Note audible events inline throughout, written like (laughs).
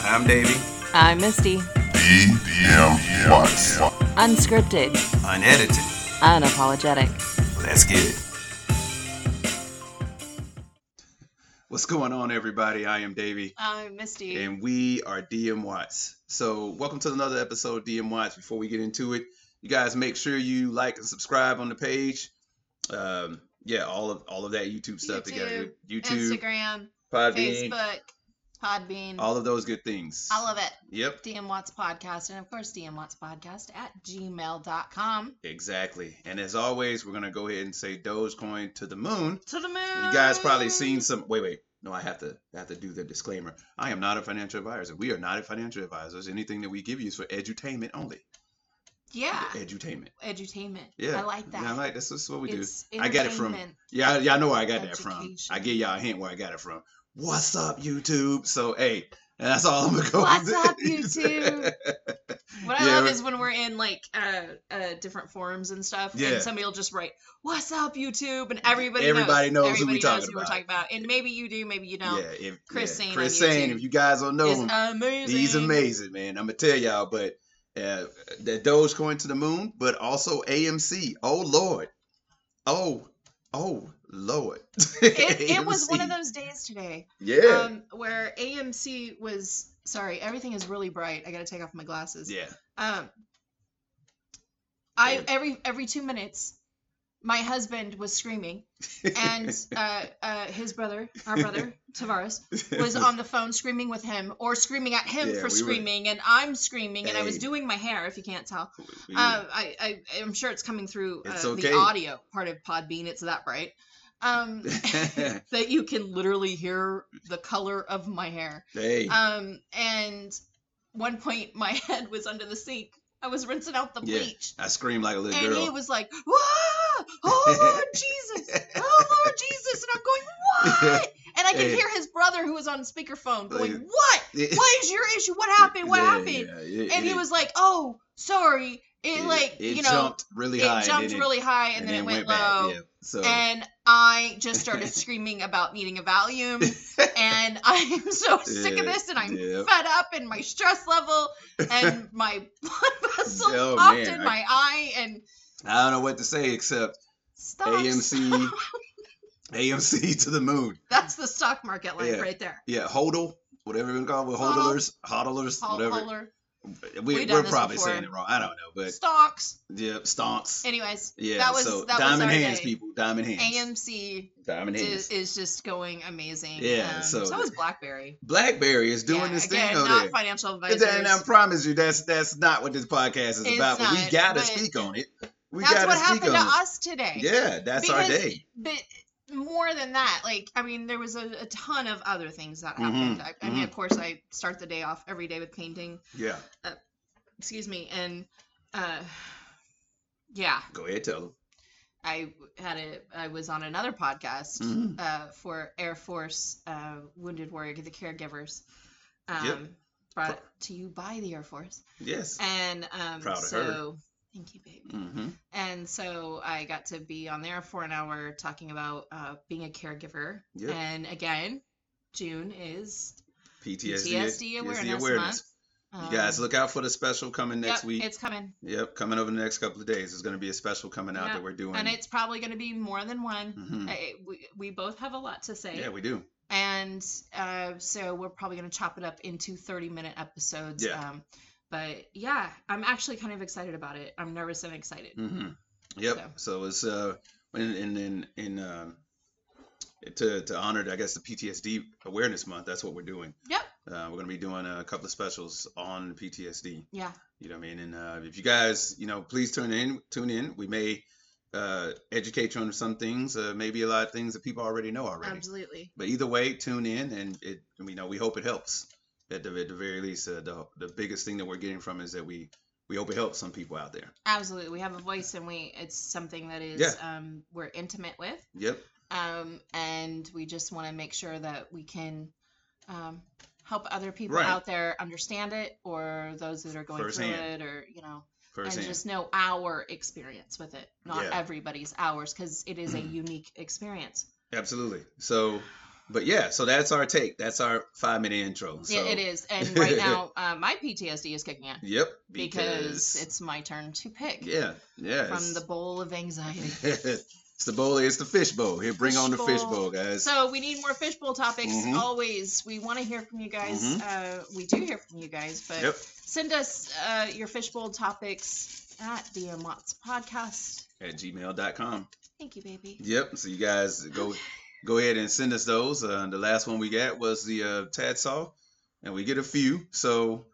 I'm Davey. I'm Misty. DM Watts. Unscripted. Unedited. Unapologetic. Let's get it. What's going on, everybody? I am Davey, I'm Misty. and we are DM Watts. So, welcome to another episode of DM Watts. Before we get into it, you guys make sure you like and subscribe on the page. Um, yeah, all of all of that YouTube stuff together. YouTube, Instagram, Podbean, Facebook, Podbean. all of those good things. I love it. Yep. DM Watts Podcast, and of course, DM Watts Podcast at gmail.com. Exactly. And as always, we're gonna go ahead and say Dogecoin to the moon. To the moon. You guys probably seen some. Wait, wait. No, I have to I have to do the disclaimer. I am not a financial advisor. We are not a financial advisors. Anything that we give you is for edutainment only. Yeah. Edutainment. Edutainment. Yeah. I like that. Yeah, I like this is what we It's do. I got it from. entertainment. Yeah, I- y'all know where I got that from. Education. I give y'all a hint where I got it from. What's up, YouTube? So hey, that's all I'm gonna go. What's with. (laughs) up, YouTube? What I Yeah, love but- is when we're in like uh, uh, different forums and stuff, Yeah. and somebody will just write, "What's up, YouTube?" and everybody Everybody knows knows, who we everybody talking knows who we're about. talking about, and maybe you do, maybe you don't. Yeah, if, Chris yeah. Sane on Chris Sane. YouTube If you guys don't know It's him, amazing. He's amazing, man. I'm gonna tell y'all, but uh, the Dogecoin to the moon, but also AMC. Oh Lord, oh oh Lord. (laughs) It, it was one of AMC. those days today Yeah, um, where AMC was. Sorry, everything is really bright. I got to take off my glasses. yeah. Um, I Yeah. every every two minutes, my husband was screaming, (laughs) and uh, uh, his brother, our brother Tavares, (laughs) was on the phone screaming with him or screaming at him Yeah, we for were- screaming, and I'm screaming, and I was Hey. doing my hair. If you can't tell, We- um, I, I I'm sure it's coming through uh, It's okay. the audio part of Podbean. It's that bright. (laughs) Um, that you can literally hear the color of my hair. (laughs) hey, Um, and one point my (laughs) head was under the sink. I was rinsing out the Yeah, bleach. I screamed like a little and girl. he was like, "Whoa! Oh Lord (laughs) Jesus! Oh Lord Jesus!" And I'm going, "What?" And I could Yeah. hear his brother, who was on speakerphone, going, Like- "What? (laughs) It- What is your issue? What happened? (laughs) What yeah, happened?" yeah, it- And he it- was like, "Oh, sorry. It, like it you know, jumped really it high, and jumped then it- really high, and, then, it went, low." Yeah, so and I (laughs) just started screaming about needing a Valium, and (laughs) I'm so sick of Yeah, this, and I'm yeah. fed up, and my stress level, (laughs) and my blood vessels Oh, popped man, in I- my eye, and I don't know what to say except (laughs) stocks. AMC, AMC to the moon. That's the stock market life Yeah. right there. Yeah, hodl, whatever you call it, hodlers, hodlers, Hol- whatever. holler, we, We've we're done this probably before. saying it wrong. I don't know, but stocks. yeah, stonks. Anyways, yeah, that was- so that was diamond our hands, day. people, diamond hands, AMC diamond hands. is, is just going amazing. Yeah, um, so- is BlackBerry. Blackberry is doing Yeah, this again, thing over not there. financial And advisors. then I promise you, that's that's not what this podcast is It's about. but we not, gotta but speak on it. We That's gotta what speak happened on to it. us today. Yeah, that's our Because- day. but more than that, like I mean, there was a, a ton of other things that Mhm, happened. I, I mean, of course, I start the day off every day with painting. Yeah, Excuse me, and uh, yeah, go ahead, tell them. I had a I was on another podcast Mhm. uh, for Air Force uh, Wounded Warrior, the caregivers. Um, Yep. Brought to you by the Air Force, Yes. and um, Proud of her. so thank you, baby. Mm-hmm. And so I got to be on there for an hour talking about uh, being a caregiver. Yep. And again, June is PTSD, PTSD awareness, month. You guys Um, look out for the special coming next yep, week. It's coming, Yep, coming over the next couple of days. There's going to be a special coming out Yeah, that we're doing. and it's probably going to be more than one. Mhm. I- we, we both have a lot to say, Yeah, we do. and uh, so we're probably going to chop it up into thirty-minute episodes. Yeah. Um, but yeah, I'm actually kind of excited about it. I'm nervous and excited. hmm Yep. So. So, it's uh, and and and, and um, to to honor, I guess, the PTSD Awareness Month. That's what we're doing. Yep. Uh, we're going to be doing a couple of specials on PTSD. Yeah, You know what I mean? And uh, if you guys, you know, please tune in. Tune in. We may uh, educate you on some things, uh, maybe a lot of things that people already know already. absolutely. But either way, tune in, and it you know we hope it helps. At the, at the very least, uh, the the biggest thing that we're getting from is that we we hope it helps some people out there. Absolutely. We have a voice and we it's something that is Yeah. um we're intimate with. Yep. Um and we just want to make sure that we can um help other people Right. out there understand it or those that are going Firsthand. through it or you know and First hand. just know our experience with it, not Yeah. (clears throat) everybody's ours cuz it is a unique experience. Absolutely. So But yeah, so that's our take. That's our five minute intro. So, Yeah, it is. (laughs) And right now, uh, my PTSD is kicking in Yep. because, it's my turn to pick yeah, yeah. from it's- (laughs) the bowl of anxiety. it's the bowl. It's the fish bowl. Here, bring on the fish Fishbowl. bowl, guys. So we need more fishbowl topics. Mhm. Always, we want to hear from you guys. Uh, we do hear from you guys, but Mm-hmm. yep. send us uh, your fishbowl topics at DM Watts Podcast. At gmail.com. Thank you, baby. Yep. So you guys go go ahead and send us those. Uh, the last one we got was the uh, Tad Saw, and we get a few. So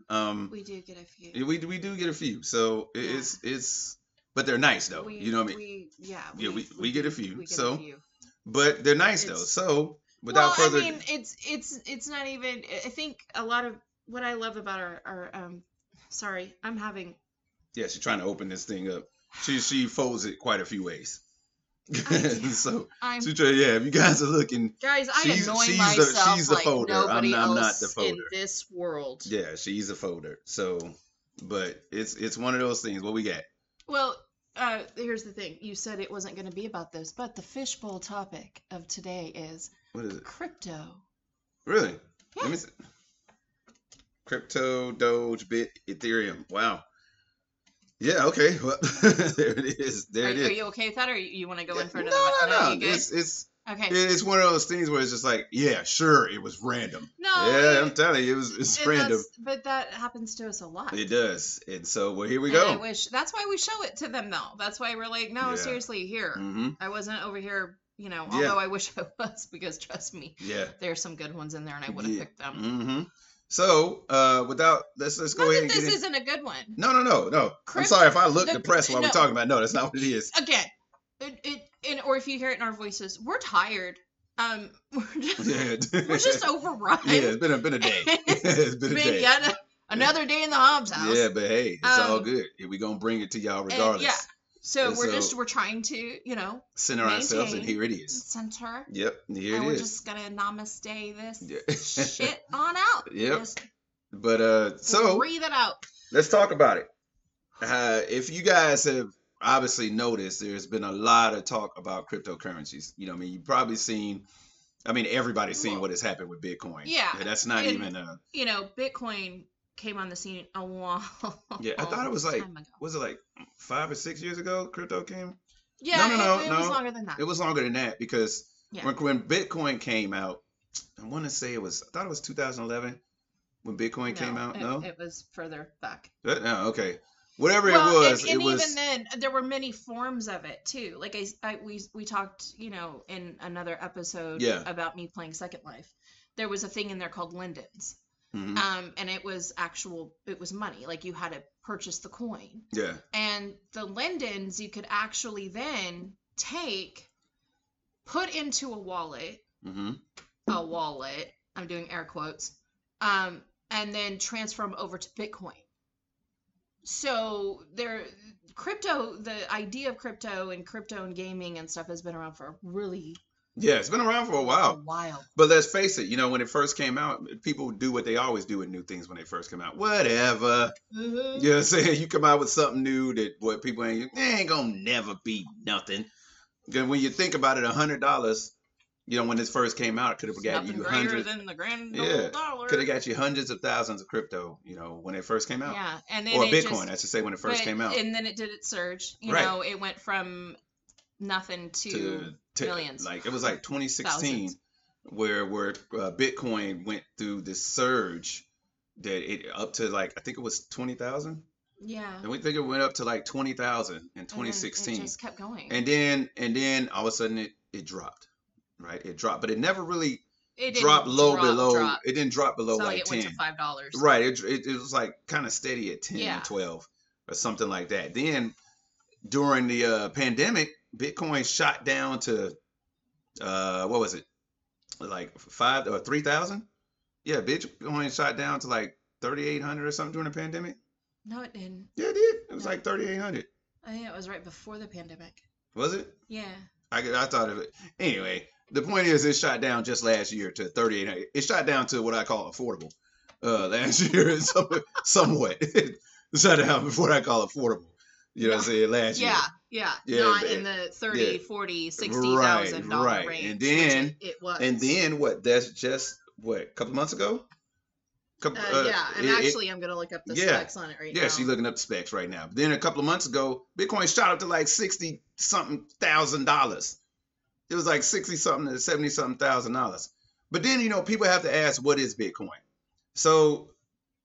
um, We do get a few. we we, do get a few. So it, Yeah. it's it's but they're nice though. We- you know what I mean? We, yeah. Yeah, we- we get a few, we get a so, few. but they're nice though. it's- So without well, further, I mean, it's it's it's not even. I think a lot of what I love about our our um. Sorry, I'm having. yeah, she's trying to open this thing up. She she folds it quite a few ways. (laughs) I do. so I'm she try, yeah, if you guys are looking, guys. I she's- annoy she's the- myself she's the like folder. I'm- nobody I'm not else the in folder. this world. yeah, she's a folder. So, but it's it's one of those things. What we got? Well, uh, here's the thing. You said it wasn't going to be about this, but the fishbowl topic of today is What is it? crypto. Really? Yeah. Let me see. Crypto, Doge, Bit, Ethereum. Wow. Yeah. Okay. (laughs) Well, there it is. There Are, it is. are you okay with that, or you, you want to go in for no, another no, one? no. you good? It's it's okay. it's one of those things where it's just like, yeah, sure, it was random. no. yeah, I'm Oh, it- telling you, it was it's and random. that's- But that happens to us a lot. It does. And so, well, here we And I go. wish that's why we show it to them though. That's why we're like, no, Yeah. seriously, here. Mm-hmm. I wasn't over here, you know. Yeah. Although I wish I was, (laughs) because trust me, Yeah. there's some good ones in there, and I would have Yeah. picked them. Mm-hmm. So, uh, without let's let's go Not ahead that and this get in. isn't a good one. No, no, no, no. I'm Crypt- sorry if I look the- depressed while no. we're talking about. it. No, that's not what it is. (laughs) again, it, it and or if you hear it in our voices, we're tired. Um, (laughs) we're just, Yeah. (laughs) we're just overrun. Yeah, it's been a (laughs) been a day. (laughs) it's been a Been day. yet a- another day in the Hobbs house. Yeah, but hey, it's all Um, good. We're gonna bring it to y'all yeah. regardless. So And we're so- just we're trying to you know Center ourselves, and Maintain. here it is. center, Yep, and here and it we're is. just gonna namaste this Yeah. shit (laughs) on out. Yep. Just But uh, so breathe it out. let's talk about it. Uh, if you guys have obviously noticed, there's been a lot of talk about cryptocurrencies. You know, I mean, you've probably seen. I mean, everybody's seen Well, what has happened with Bitcoin. yeah, that's not and- even. Uh, You know, Bitcoin came on the scene a long. yeah, I thought it was like, time ago. was it like five or six years ago? Crypto came. Yeah, no, it- no, it, was no. longer than that. It was longer than that because Yeah. when, when Bitcoin came out, I want to say it was, I thought it was 2011 when Bitcoin came out. it- no? it was further back. Uh, no, okay. Whatever well, it was, and, and it was. even then, there were many forms of it too. Like I, I- we we talked, you know, in another episode Yeah. about me playing Second Life. There was a thing in there called Lindens, Mhm. um, and it was actual, it was money. Like you had to purchase the coin, yeah. and the Lindens you could actually then take, put into a wallet, Mm-hmm. a wallet. I'm doing air quotes, um, and then transfer them over to Bitcoin. So there, crypto. The idea of crypto and crypto and gaming and stuff has been around for a really Yeah, it's been around for a a while. while. But let's face it, you know, when it first came out, people do what they always do with new things when they first come out. Whatever. Mhm. You know what I'm saying? (laughs) You come out with something new that what people ain't they ain't gonna never be nothing. Then when you think about it, a hundred dollars, you know, when this first came out, it could have It's got nothing you greater hundreds than the grand Yeah, old dollar. could have got you hundreds of thousands of crypto, you know, when it first came out. yeah, and then Or it Bitcoin, just- I should say when it first but- came out. and then it did its surge. You Right. know, it went from nothing to, to- millions. Like it was like 2016 Thousands. where where uh, Bitcoin went through this surge that it up to like I think it was 20,000. yeah, And we think it went up to like 20,000 in and then 2016. Mm-hmm. It just kept going. and then and then all of a sudden it it dropped. Right? It dropped, but it never really it didn't dropped low drop, below drop. it didn't drop below so like, like it 10. went to five dollars. Right. It, it, it was like kind of steady at 10, Yeah. 12 or something like that. Then during the uh, pandemic, Bitcoin shot down to, uh, what was it? Like five or 3,000? Yeah. Bitcoin shot down to like 3,800 or something during the pandemic. No, it didn't. Yeah, it did. It was Yeah. like 3,800. I think it was right before the pandemic. Was it? Yeah. I, I thought of it. Anyway, the point is, it shot down just last year to 38. It shot down to what I call affordable uh, (laughs) last year, and (laughs) some, somewhat. it shot down before I call affordable. You know what I'm saying? Last year. Yeah. Yeah, Yeah, not but- in the 30, yeah. 40, 60,000 Right, dollar right. range. And which it- then- it was. And then what? That's just what a couple months ago. Couple, uh, yeah, I'm it- it- actually I'm going to look up the yeah, specs on it right now. yeah, she's looking up the specs right now. But then a couple of months ago, Bitcoin shot up to like sixty something thousand dollars. It was like sixty something to seventy something thousand dollars. But then you know people have to ask, what is Bitcoin? So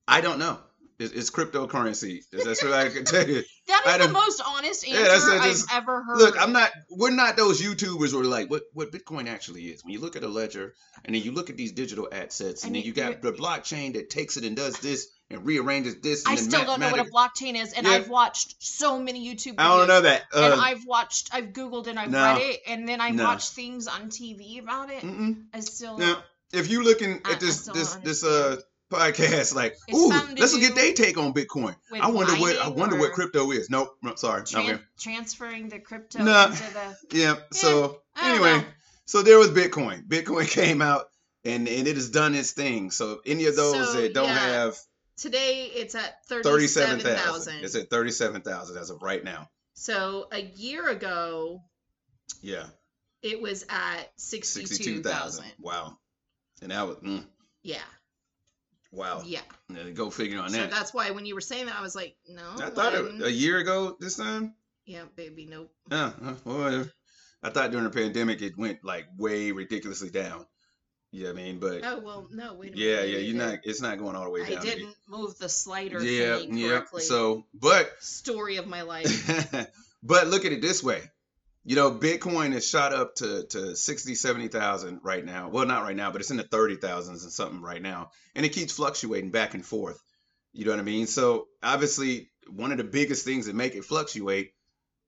I don't know. It's, it's cryptocurrency. That's what I can tell (laughs) you. That I is the don't- most honest Yeah, that's answer it, I've just- ever heard. Look, I'm not. We're not those YouTubers who are like, what what Bitcoin actually is. When you look at a ledger, and then you look at these digital assets, and, And then it- you got the blockchain that takes it and does this and rearranges this. And I then still don't know what a mathematic- blockchain is, and Yeah. I've watched so many YouTube. Videos, I don't know that. And Uh, I've watched, I've Googled, and I've no. read it, and then I've No. Mm. watched things on TV about it. mm-mm. I still. Now, if you looking I- I at this still this don't this uh podcast, like, ooh, something to let's get do their take on Bitcoin. with I wonder what I mining wonder or what crypto is. Nope, no, sorry, tran- not here. transferring the crypto No. into the. Yeah. So I don't anyway, know. so there was Bitcoin. Bitcoin (laughs) came out. And, and it has done its thing. So any of those So, that don't yeah. have Today it's at thirty-seven thirty-seven thousand, it's thousand. at thirty-seven thousand as of right now. So a year ago Yeah, it was at sixty-two sixty-two thousand. thousand. Wow. And that was mm, Yeah, wow. yeah. Yeah. Go figure on So that. that's why when you were saying that, I was like, no. I thought I'm- it, uh, a year ago this time. Yeah, baby, nope. Yeah, uh, well, whatever. I thought during the pandemic it went like way ridiculously down. You know what I mean? But Oh well, no. Wait a minute. yeah, maybe yeah, it you're did. not. It's not going all the way down. I to the- didn't move the slider Yeah, thingy yeah. correctly. So, but Story of (laughs) my life. but look at it this way. You know, Bitcoin is shot up to to 60, 70,000 right now. Well, not right now, but it's in the 30,000s and something right now. And it keeps fluctuating back and forth. You know what I mean? So, obviously, one of the biggest things that make it fluctuate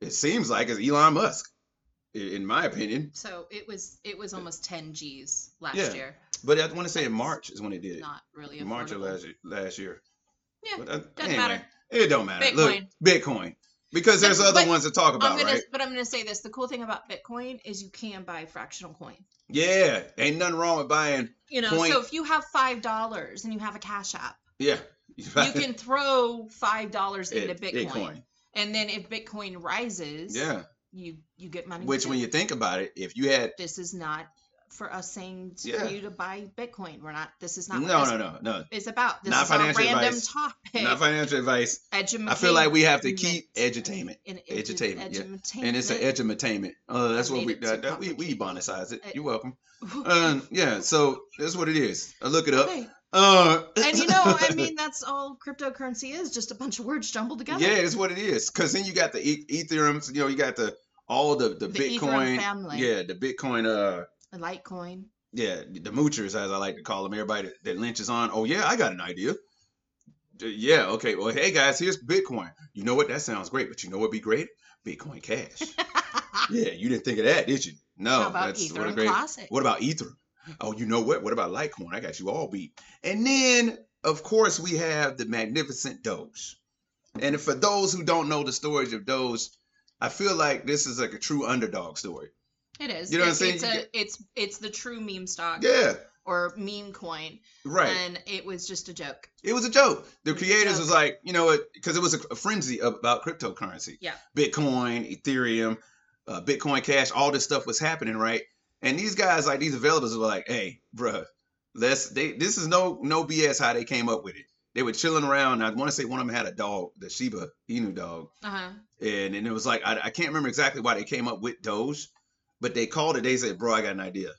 it seems like is Elon Musk. i- In my opinion, So it was it was almost ten G's last Yeah. year. but I want to say in That's March is when it did it. Not really. March of affordable. last year, last year. Yeah, But, uh, doesn't matter. It don't matter. Look, Bitcoin, because But- there's other but ones to talk I'm about, gonna, right? but I'm gonna say this. The cool thing about Bitcoin is you can buy fractional coin. Yeah, ain't nothing wrong with buying. You know, Coin. so if you have five dollars and you have a (laughs) Cash App, Yeah, you (laughs) can throw five dollars into It- Bitcoin. and then if Bitcoin rises, Yeah, you you get money. which too. when you think about it, if you had this is not for us saying for Yeah. you to buy Bitcoin. We're not. This is no, not. what this no, no, no, Is about this Not is our financial random advice. topic. not financial advice. Edumain- I feel like we have to keep edutainment, Edutainment. an edutainment, yeah. and it's an (laughs) edutainment. Uh, that's what made we it too that, that- we we complicated. bonicize it. I- You're welcome. Um, yeah, so that's what it is. I look it up. Okay. Uh, (laughs) And you know, I mean, that's all cryptocurrency is just a bunch of words jumbled together. Yeah, it's what it is. Cause then you got the e- Ethereum, you know, you got the all the the, The Ethereum Bitcoin, family. yeah, the Bitcoin, uh, And Litecoin. yeah, the moochers as I like to call them. Everybody that, that lynches on. Oh yeah, I got an idea. D- Yeah, okay. Well, hey guys, here's Bitcoin. You know what? That sounds great, but you know what'd be great? Bitcoin (laughs) Cash. (laughs) yeah, you didn't think of that, did you? No, How about Oh, that's what a Ethereum great. Classic? What about Ethereum? Oh, you know what? What about Litecoin? I got you all beat. And then, of course, we have the magnificent Doge. And for those who don't know the stories of Doge, I feel like this is like a true underdog story. It is. You know what I'm It- saying? It's, You a, get- it's, it's the true meme stock Yeah, or meme coin. right. And it was just a joke. It was a joke. The It was a creators joke. was like, you know, what? because it was a, a frenzy about cryptocurrency. Yeah. Bitcoin, Ethereum, uh, Bitcoin Cash, all this stuff was happening, right? And these guys, like these developers, were like, hey, bruh, let's. They this is no no BS how they came up with it. They were chilling around. I want to say one of them had a dog, the Shiba Inu dog, Uh huh. and and it was like I, I can't remember exactly why they came up with Doge, but they called it. They said, "Bro, I got an idea."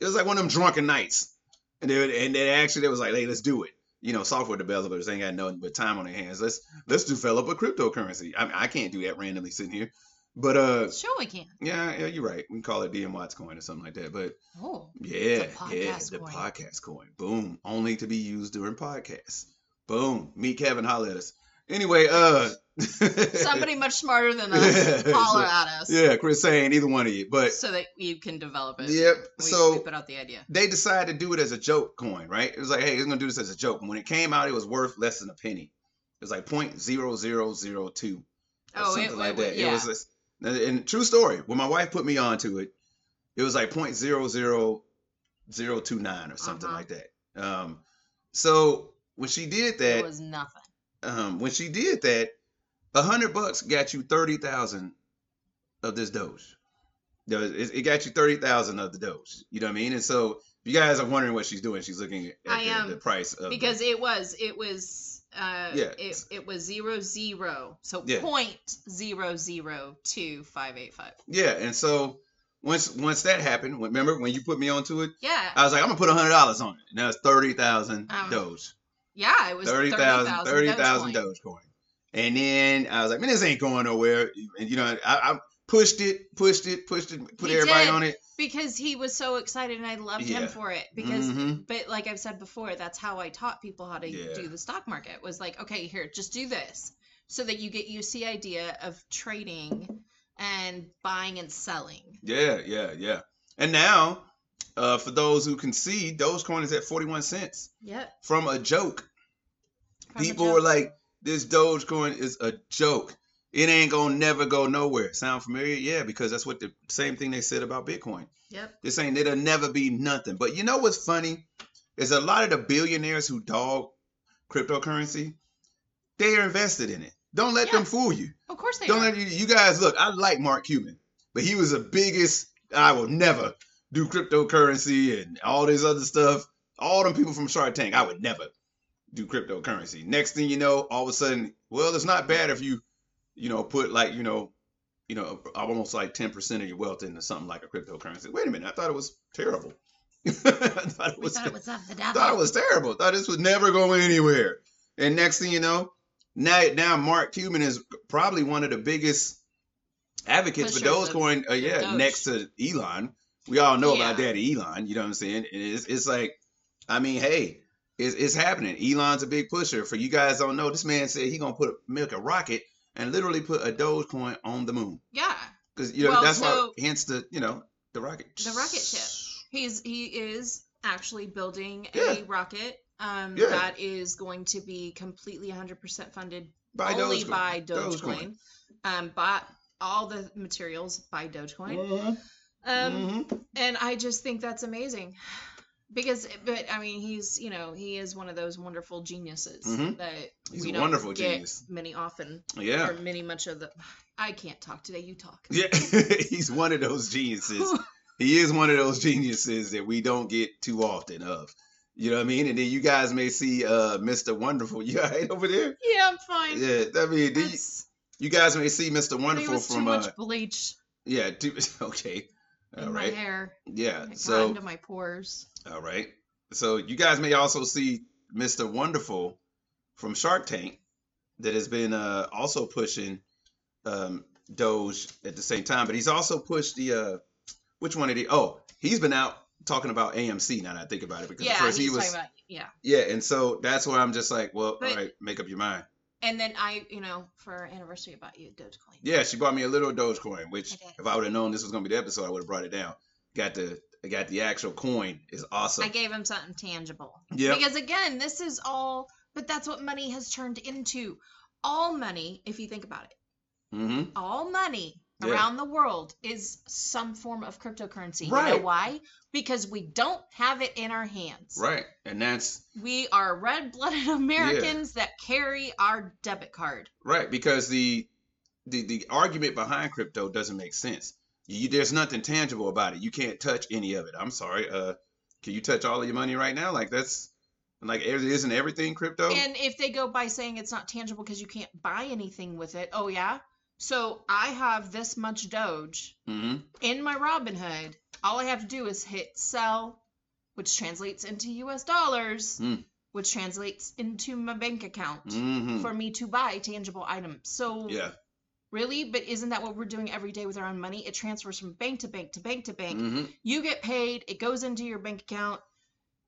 It was like one of them drunken nights, and they would- and then actually they was like, "Hey, let's do it." You know, software developers ain't got nothing but time on their hands. Let's let's develop a cryptocurrency. I mean, I can't do that randomly sitting here, but uh, Sure, we can. yeah, yeah, you're right. We can call it DM Watts coin or something like that. But (laughs) Oh. yeah, yeah, podcast the coin. podcast coin. Boom, only to be used during podcasts. Boom, meet Kevin holler at us. Anyway, uh, (laughs) Somebody much smarter than us (laughs) holler So- at us Yeah, Chris saying either one of you. But so that you can develop it. Yep, We, so- we put out the idea. they decided to do it as a joke coin, right? It was like, hey, we're gonna do this as a joke. And when it came out, it was worth less than a penny. It was like point zero zero zero two or Oh, it- something like it- that. It yeah. was this, and, and true story. When my wife put me onto it, it was like point zero zero zero two nine or something Uh-huh. like that. Um, so when she did that, It was nothing. um, when she did that, a hundred bucks got you thirty thousand of this Doge. You know, It, it got you thirty thousand of the Doge. You know what I mean? And so if you guys are wondering what she's doing, she's looking at I the, am, the price of because it was it was uh Yeah. it, it was zero zero so Yeah. point zero zero two five eight five yeah. And so once once that happened, when- remember when you put me onto it, yeah I was like, I'm gonna put hundred dollars on it. Now it's thirty thousand Um, Doge. yeah it was 30,000 30,000 30,000 Dogecoin. And then I was like, man, this ain't going nowhere. And you know, I, I pushed it, pushed it, pushed it, put He everybody did. on it. because he was so excited and i loved Yeah. him for it because Mhm. but like i've said before that's how i taught people how to Yeah. do the stock market was like okay here just do this so that you get used to the idea of trading and buying and selling Yeah, yeah, yeah. And now, uh, for those who can see, Dogecoin is at 41 cents yep from a joke. from the People joke. were like, this Dogecoin is a joke. It ain't gonna never go nowhere. Sound familiar? Yeah, because that's what the same thing they said about Bitcoin. yep This ain't it'll never be nothing. But you know what's funny? Is a lot of the billionaires who dog cryptocurrency, they are invested in it. Don't let them Yeah. fool you. of course they Don't are. let you, you guys look. I like Mark Cuban, but he was the biggest. I will never do cryptocurrency and all this other stuff. All them people from Shark Tank, I would never do cryptocurrency. Next thing you know, all of a sudden, well, it's not bad if you, you know, put like you know, you know, almost like ten percent of your wealth into something like a cryptocurrency. Wait a minute, I thought it was terrible. (laughs) I thought it we was thought it was of the devil. thought it was terrible. Thought this would never go anywhere. And next thing you know, now now Mark Cuban is probably one of the biggest advocates for Pushers of- Dogecoin. Uh, yeah, Doge. next to Elon, we all know about Yeah. Daddy Elon. You know what I'm saying? And It's, it's like, I mean, hey, it's, it's happening. Elon's a big pusher. For you guys don't know, this man said he gonna put milk a rocket and literally put a Dogecoin on the moon yeah because you know Well, that's so- why. Hence the you know the rocket. The rocket ship. He's he is actually building Yeah. a rocket um Yeah. that is going to be completely 100% funded By only Dogecoin. by Dogecoin. Um bought all the materials by Dogecoin. Mhm, Um mhm. and I just think that's amazing. Because but I mean he's, you know, he is one of those wonderful geniuses Mhm. that He's we a don't wonderful get genius. many often Yeah. or many much of the I can't talk today, you talk. (laughs) Yeah. (laughs) He's one of those geniuses. he is one of those geniuses that we don't get too often of. You know what I mean? And then you guys may see uh Mr. Wonderful. (laughs) You all right over there? yeah, I'm fine. Yeah. I mean, do you, That's- you guys may see Mr. there Wonderful was too from uh much bleach yeah, too, (laughs) okay. All in my right. hair. Yeah. It got So into my pores. all right. So you guys may also see Mr. Wonderful from Shark Tank that has been uh, also pushing um, Doge at the same time, but he's also pushed the uh, which one of the oh he's been out talking about AMC now that I think about it because Yeah, at first he's he was talking about yeah. yeah, and so that's where I'm just like well But- all right make up your mind And then I, you know, for our anniversary, I bought you Dogecoin. yeah she bought me a little Dogecoin which Okay. if I would have known this was gonna be the episode I would have brought it down got the I got the actual coin is awesome I gave him something tangible. yeah Because again, this is all, but that's what money has turned into. All money, if you think about it, hmm all money Yeah. around the world is some form of cryptocurrency. You Right. know why? Because we don't have it in our hands. right and that's We are red blooded (laughs) Americans that carry our debit card. Right, because the the the argument behind crypto doesn't make sense. You, there's nothing tangible about it. You can't touch any of it. I'm sorry. Uh, can you touch all of your money right now? Like that's like it isn't everything crypto. And if they go by saying it's not tangible because you can't buy anything with it, oh yeah. So I have this much Doge hmm in my Robinhood. All I have to do is hit sell, which translates into U.S. dollars, Mm. which translates into my bank account hmm for me to buy tangible items. So Yeah. really, but isn't that what we're doing every day with our own money? It transfers from bank to bank to bank to bank. hmm You get paid, it goes into your bank account.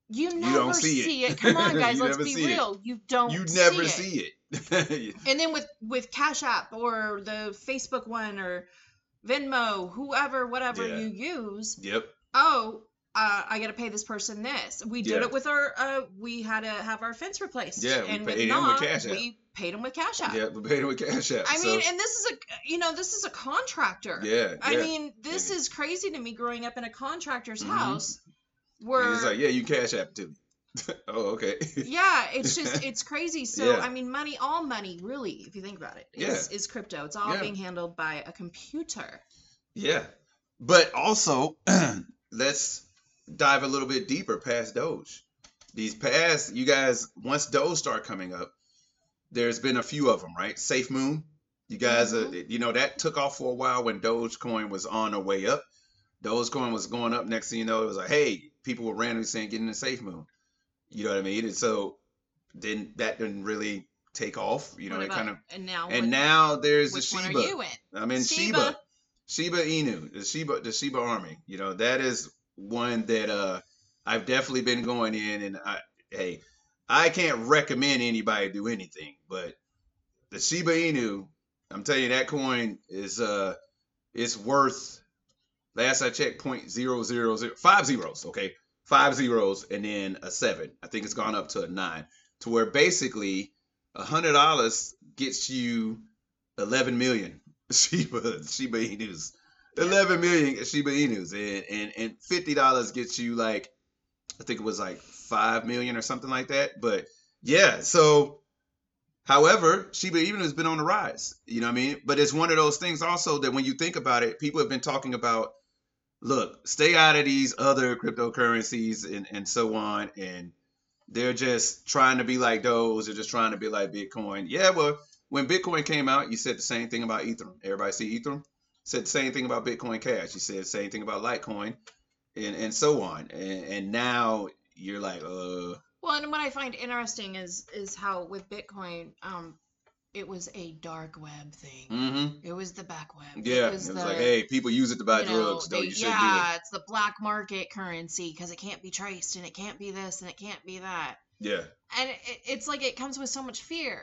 You never don't see it. see it. Come on, (laughs) guys, You let's never be see it. real. You don't You never it. see it. (laughs) And then with with Cash App or the Facebook one or Venmo, whoever, whatever Yeah. you use, yep. oh, uh, I got to pay this person this. We did Yeah. it with our, uh, we had to have our fence replaced. Yeah, we and paid him with Nog, Cash App. we paid him with Cash App. Yeah. But paying with Cash App. I mean, so- and this is a, you know, this is a contractor. yeah. I yeah. mean, this Yeah. is crazy to me growing up in a contractor's Mhm. house And where it's like yeah, you Cash App it to me. (laughs) Oh, okay. yeah it's (laughs) just it's crazy so Yeah. i mean money all money really if you think about it Yeah. is, is crypto it's all Yeah. being handled by a computer yeah. But also, (clears throat) let's dive a little bit deeper past Doge. These past, you guys, once Doge start coming up, there's been a few of them, right? Safe Moon, you guys, uh, Mm-hmm. you know, that took off for a while when Dogecoin was on her way up. Dogecoin was going up. Next thing you know, it was like, hey, people were randomly saying, get into Safe Moon. You know what I mean? And so then that didn't really take off. You know, What it about- kind of. and now And what- now there's the which Shiba. one are you in I'm in Sheba. Shiba. Sheba Inu, the Sheba, the Sheba Army. You know that is one that uh I've definitely been going in, and I hey, I can't recommend anybody do anything, but the Sheba Inu, I'm telling you that coin is uh it's worth last I checked point zero zero zero five zeros, okay, five zeros, and then a seven. I think it's gone up to a nine, to where basically a hundred dollars gets you eleven million (laughs) Shiba Shiba Inus. Eleven million Shiba Inus, and and and fifty dollars gets you like, I think it was like five million or something like that. But yeah, so, however, Shiba Inu has been on the rise. You know what I mean? But it's one of those things also that when you think about it, people have been talking about, look, stay out of these other cryptocurrencies and and so on, and they're just trying to be like those. They're just trying to be like Bitcoin. Yeah, well, when Bitcoin came out, you said the same thing about Ethereum. Everybody see Ethereum? Said the same thing about Bitcoin Cash. You said the same thing about Litecoin, and and so on. And and now you're like, uh, Well, and what I find interesting is is how with Bitcoin, um, it was a dark web thing. mm-hmm. It was the back web. yeah. It was, like, hey, people use it to buy you know, drugs, though. they- you should yeah, it's the black market currency because it can't be traced and it can't be this and it can't be that. do it. Yeah. And it, it's like it comes with so much fear.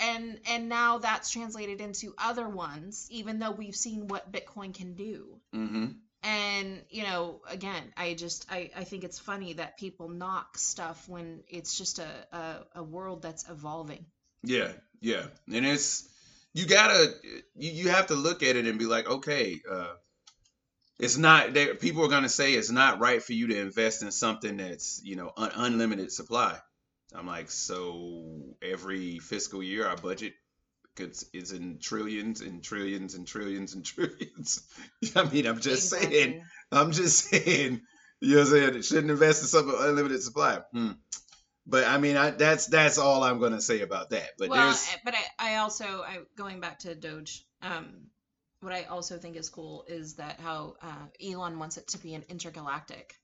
And and now that's translated into other ones, even though we've seen what Bitcoin can do. Mm-hmm. And, you know, again, I just I, I think it's funny that people knock stuff when it's just a, a, a world that's evolving. Yeah, yeah, and it's you gotta you, you have to look at it and be like, okay, uh, it's not there. People are gonna say it's not right for you to invest in something that's you know un- unlimited supply. I'm like, so every fiscal year our budget gets is in trillions and trillions and trillions and (laughs) trillions. I mean, I'm just saying. Exactly. I'm just (laughs) saying, you know what I'm saying? It shouldn't invest in something with unlimited supply. Hmm. But I mean, I, that's that's all I'm gonna say about that. But well, there's, I- but I, I also I going back to Doge. Um, what I also think is cool is that how uh, Elon wants it to be an intergalactic.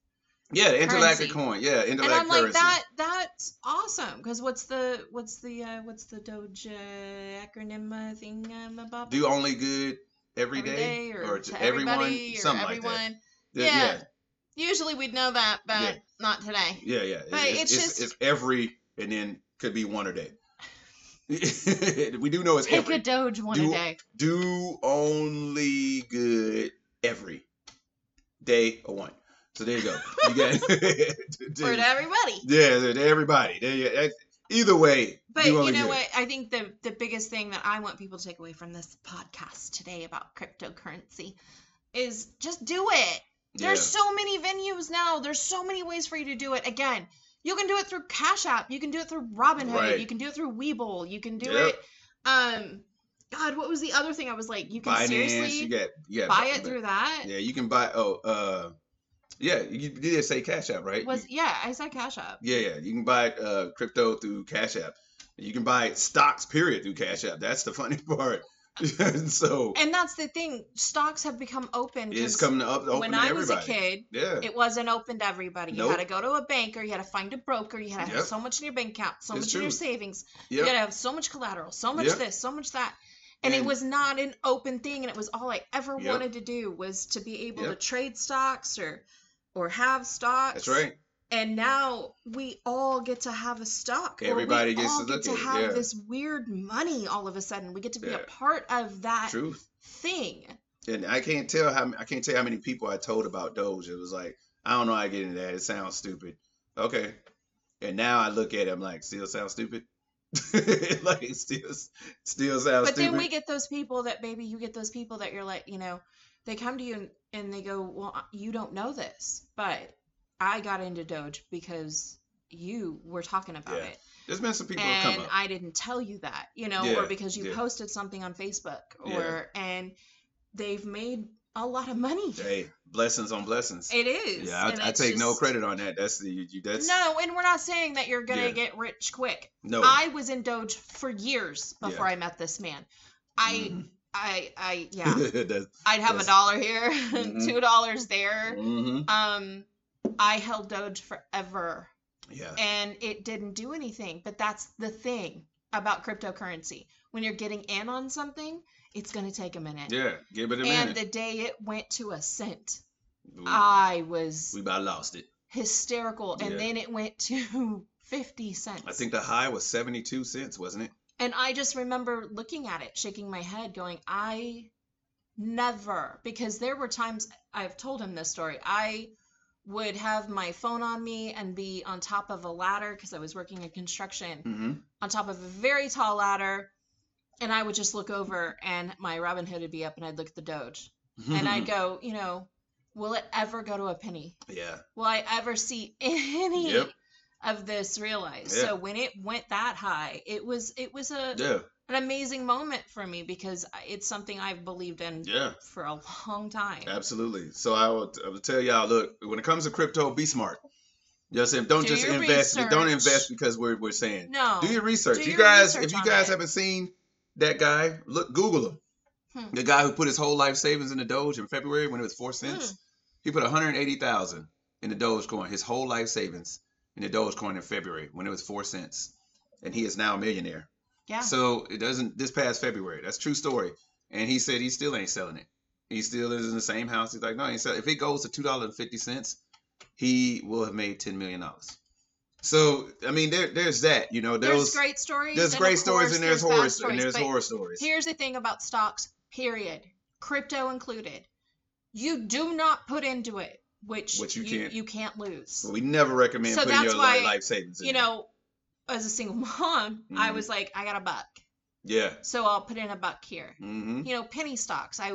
yeah, the intergalactic currency. coin, yeah, and intergalactic I'm like currency. that. That's awesome. Because what's the what's the uh, what's the Doge uh, acronym uh, thing? Um, about Do only good every Every day, or, or to, to everyone, everybody or something everyone. like that. Yeah. Usually we'd know that, but Yeah. not today. yeah, yeah, yeah. But It- it's just- it's every, and then could be one a day. (laughs) we do know it's Take every. a Doge one Do- a day. do only good every day or one. So there you go. You got (laughs) For to everybody. Yeah, to everybody. There you- that- Either way, But do you only know good. what? I think the the biggest thing that I want people to take away from this podcast today about cryptocurrency is just do it. There's Yeah. so many venues now. There's so many ways for you to do it. Again, you can do it through Cash App. You can do it through Robinhood. Right. You can do it through Webull. You can do Yep. it. Um, God, what was the other thing I was like? You can Binance, seriously you got yeah. buy it through that. Yeah, you can buy. Oh, uh, yeah, you, you did say Cash App, right? Was yeah, I said Cash App. yeah, yeah, you can buy uh, crypto through Cash App. You can buy stocks, period, through Cash App. That's the funny (laughs) part. and so And that's the thing. Stocks have become open. it's 'cause coming up open when to I was everybody. a kid, yeah, It wasn't open to everybody. You Nope. had to go to a bank or you had to find a broker. You had to Yep. have so much in your bank account, so It's much in your true. savings. yep. You had to have so much collateral, so much Yep. this, so much that. And, And- it was not an open thing. And it was all I ever Yep. wanted to do was to be able Yep. to trade stocks or or have stocks. that's right. And now we all get to have a stock. or we Everybody gets to all look get at to it, have yeah. this weird money all of a sudden. We get to be a Yeah. part of that Truth. thing. and I can't tell how I can't tell how many people I told about Doge. It was like I don't know how to get into that. It sounds stupid. Okay, and now I look at it. I'm like, still sounds stupid. (laughs) like still, still sounds but stupid. then we get those people that maybe you get those people that you're like you know they come to you and, and they go well I- you don't know this but i got into doge because you were talking about Yeah. it There's been some people who come and up. I didn't tell you that, you know, Yeah, or because you yeah. posted something on Facebook Yeah. or and they've made a lot of money. hey, blessings on blessings. It is. yeah, and I, I it's take no just- credit on that. That's the you, that's no. No, and we're not saying that you're gonna Yeah. get rich quick. no. (laughs) I was in Doge for years Yeah. before I met this man. I Mhm. I I (laughs) yeah. That's- I'd have a Yes. dollar here, (laughs) Mhm. two dollars there. mhm. Um I held Doge forever Yeah. and it didn't do anything. But that's the thing about cryptocurrency. When you're getting in on something, it's going to take a minute. Yeah. Give it a and minute. the uh, day it went to a cent, We- I was we about lost it. hysterical. And Yeah. then it went to (laughs) 50 cents. I think the high was 72 cents, wasn't it? And I just remember looking at it, shaking my head, going, I never, because there were times I've told him this story. I would have my phone on me and be on top of a ladder because I was working in construction. Mm-hmm. on top of a very tall ladder. And I would just look over and my Robin Hood would be up and I'd look at the Doge. And Mm-hmm. I'd go, you know, will it ever go to a penny? (laughs) yeah. Will I ever see (laughs) any Yep. of this realized? Yeah. So when it went that high, it was it was a Yeah. an amazing moment for me because I- it's something I've believed in Yeah. for a long time. Absolutely. So I will, I will tell y'all, look, when it comes to crypto, be smart. You know what I'm saying? Don't Do just your invest. Don't research. invest because we're, we're saying. No. Do your research. Do you your guys, research if you on guys it. haven't seen that guy, look, Google him. Hmm. The guy who put his whole life savings in the Doge in February when it was four cents, Hmm. he put 180,000 in the Dogecoin, his whole life savings in the Dogecoin in February when it was four cents, and he is now a millionaire. yeah. So it doesn't this past February. That's true story. And he said he still ain't selling it. He still is in the same house. He's like, no, he ain't sell- if it goes to two dollars and fifty cents, he will have made ten million dollars. So I mean, there there's that. You know, there's those great stories. there's and great of stories course and there's, bad horror stories, and there's but horror stories. Here's the thing about stocks, period, crypto included. You do not put into it, which, Which you can't. you can't lose. But we never recommend So putting your that's li- why, life savings. In You know, as a single (laughs) mom, I Mhm. was like, I got a buck, there. so I'll put in a buck here. Yeah. Mm-hmm. You know, penny stocks. I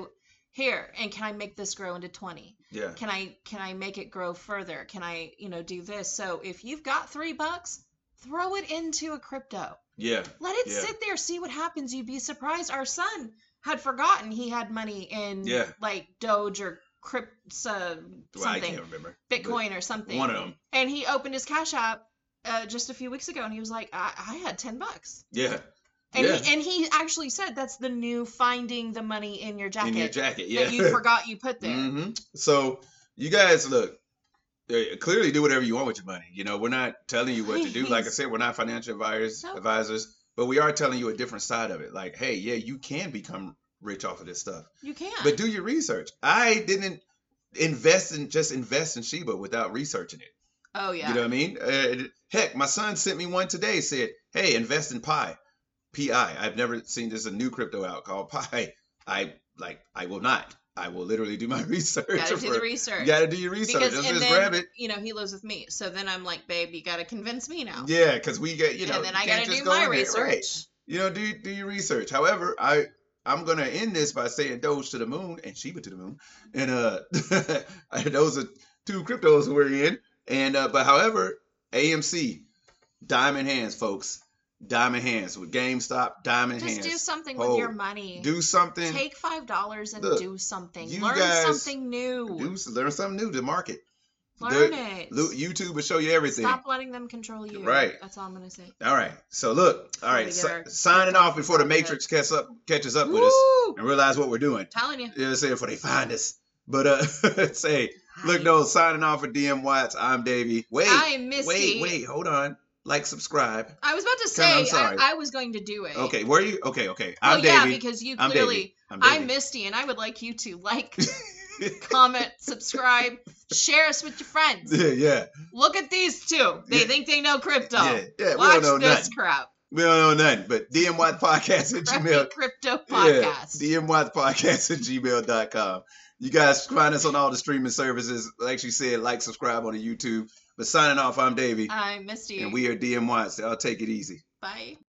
here and can I make this grow into twenty? Yeah. Can I can I make it grow further? Can I you know do this? So if you've got three bucks, throw it into a crypto. Yeah. Let it Yeah. sit there, see what happens. You'd be surprised. Our son had forgotten he had money in Yeah. like Doge or Crypt uh, Well, I something, can't remember. but Bitcoin or something. One of them. And he opened his Cash App uh, just a few weeks ago, and he was like, "I, I had ten bucks." Yeah. And yeah. he and he actually said that's the new finding the money in your jacket, in your jacket. Yeah. that you forgot you put there. hmm So you guys look eh, clearly do whatever you want with your money. You know, we're not telling you what to do. Like I (laughs) Please. said, we're not financial advisors, No. advisors, but we are telling you a different side of it. Like, hey, yeah, you can become rich off of this stuff, You can't. but do your research. I didn't invest in just invest in Sheba without researching it. oh yeah. You know what I mean? Uh, heck, my son sent me one today. Said, hey, invest in Pi, Pi. I've never seen there's a new crypto out called (laughs) Pi. I like. I will not. I will literally do my (laughs) research. gotta do the for- research. you gotta do your research. because Don't and just then grab it. you know he lives with me, so then I'm like, babe, you gotta convince me now. Yeah, because we get you know. and then you I can't gotta just do go in my there, research. right. You know, do do your research. However, I I'm gonna end this by saying Doge to the moon and Sheba to the moon, and uh, (laughs) those are two cryptos we're in. And uh, but however, AMC, diamond hands, folks, diamond hands with GameStop, diamond Just hands. do something Hold. with your money. Oh, Do something. Take five dollars and Look, do something. you Learn guys something new. do s- learn something new to market. Learn the- it. Lu- YouTube will show you everything. Stop letting them control you. Right. That's all I'm gonna say. All right. So look. All Before right. we get si- our- signing off before the Matrix catches up catches up with us Woo! and realize what we're doing. Telling you. You know what I'm saying? Before they find us. But uh, (laughs) say, look, no, signing off for DM Watts. I'm Davey. Wait, I am wait, Misty. wait. Hold on. Like, subscribe. I was about to Come on, I'm say sorry. I, I was going to do it. Okay, where are you? Okay, okay. Well, I'm yeah, Davey. because you I'm clearly I'm I'm Davey. Misty, and I would like you to (laughs) like, comment, subscribe, share us with your (laughs) friends. yeah, yeah, Look at these two. They Yeah. think they know crypto. yeah, yeah. We Watch don't know this nothing. crap. We don't know nothing. But DM Watts podcast at Crappy Gmail. crypto Yeah, podcast. DM Watts podcast at gmail.com. You guys find us on all the streaming services. Like she said, like, subscribe on the YouTube. But signing off, I'm Davey. I'm Misty. and we are DM Watts. Y'all take it easy. Bye.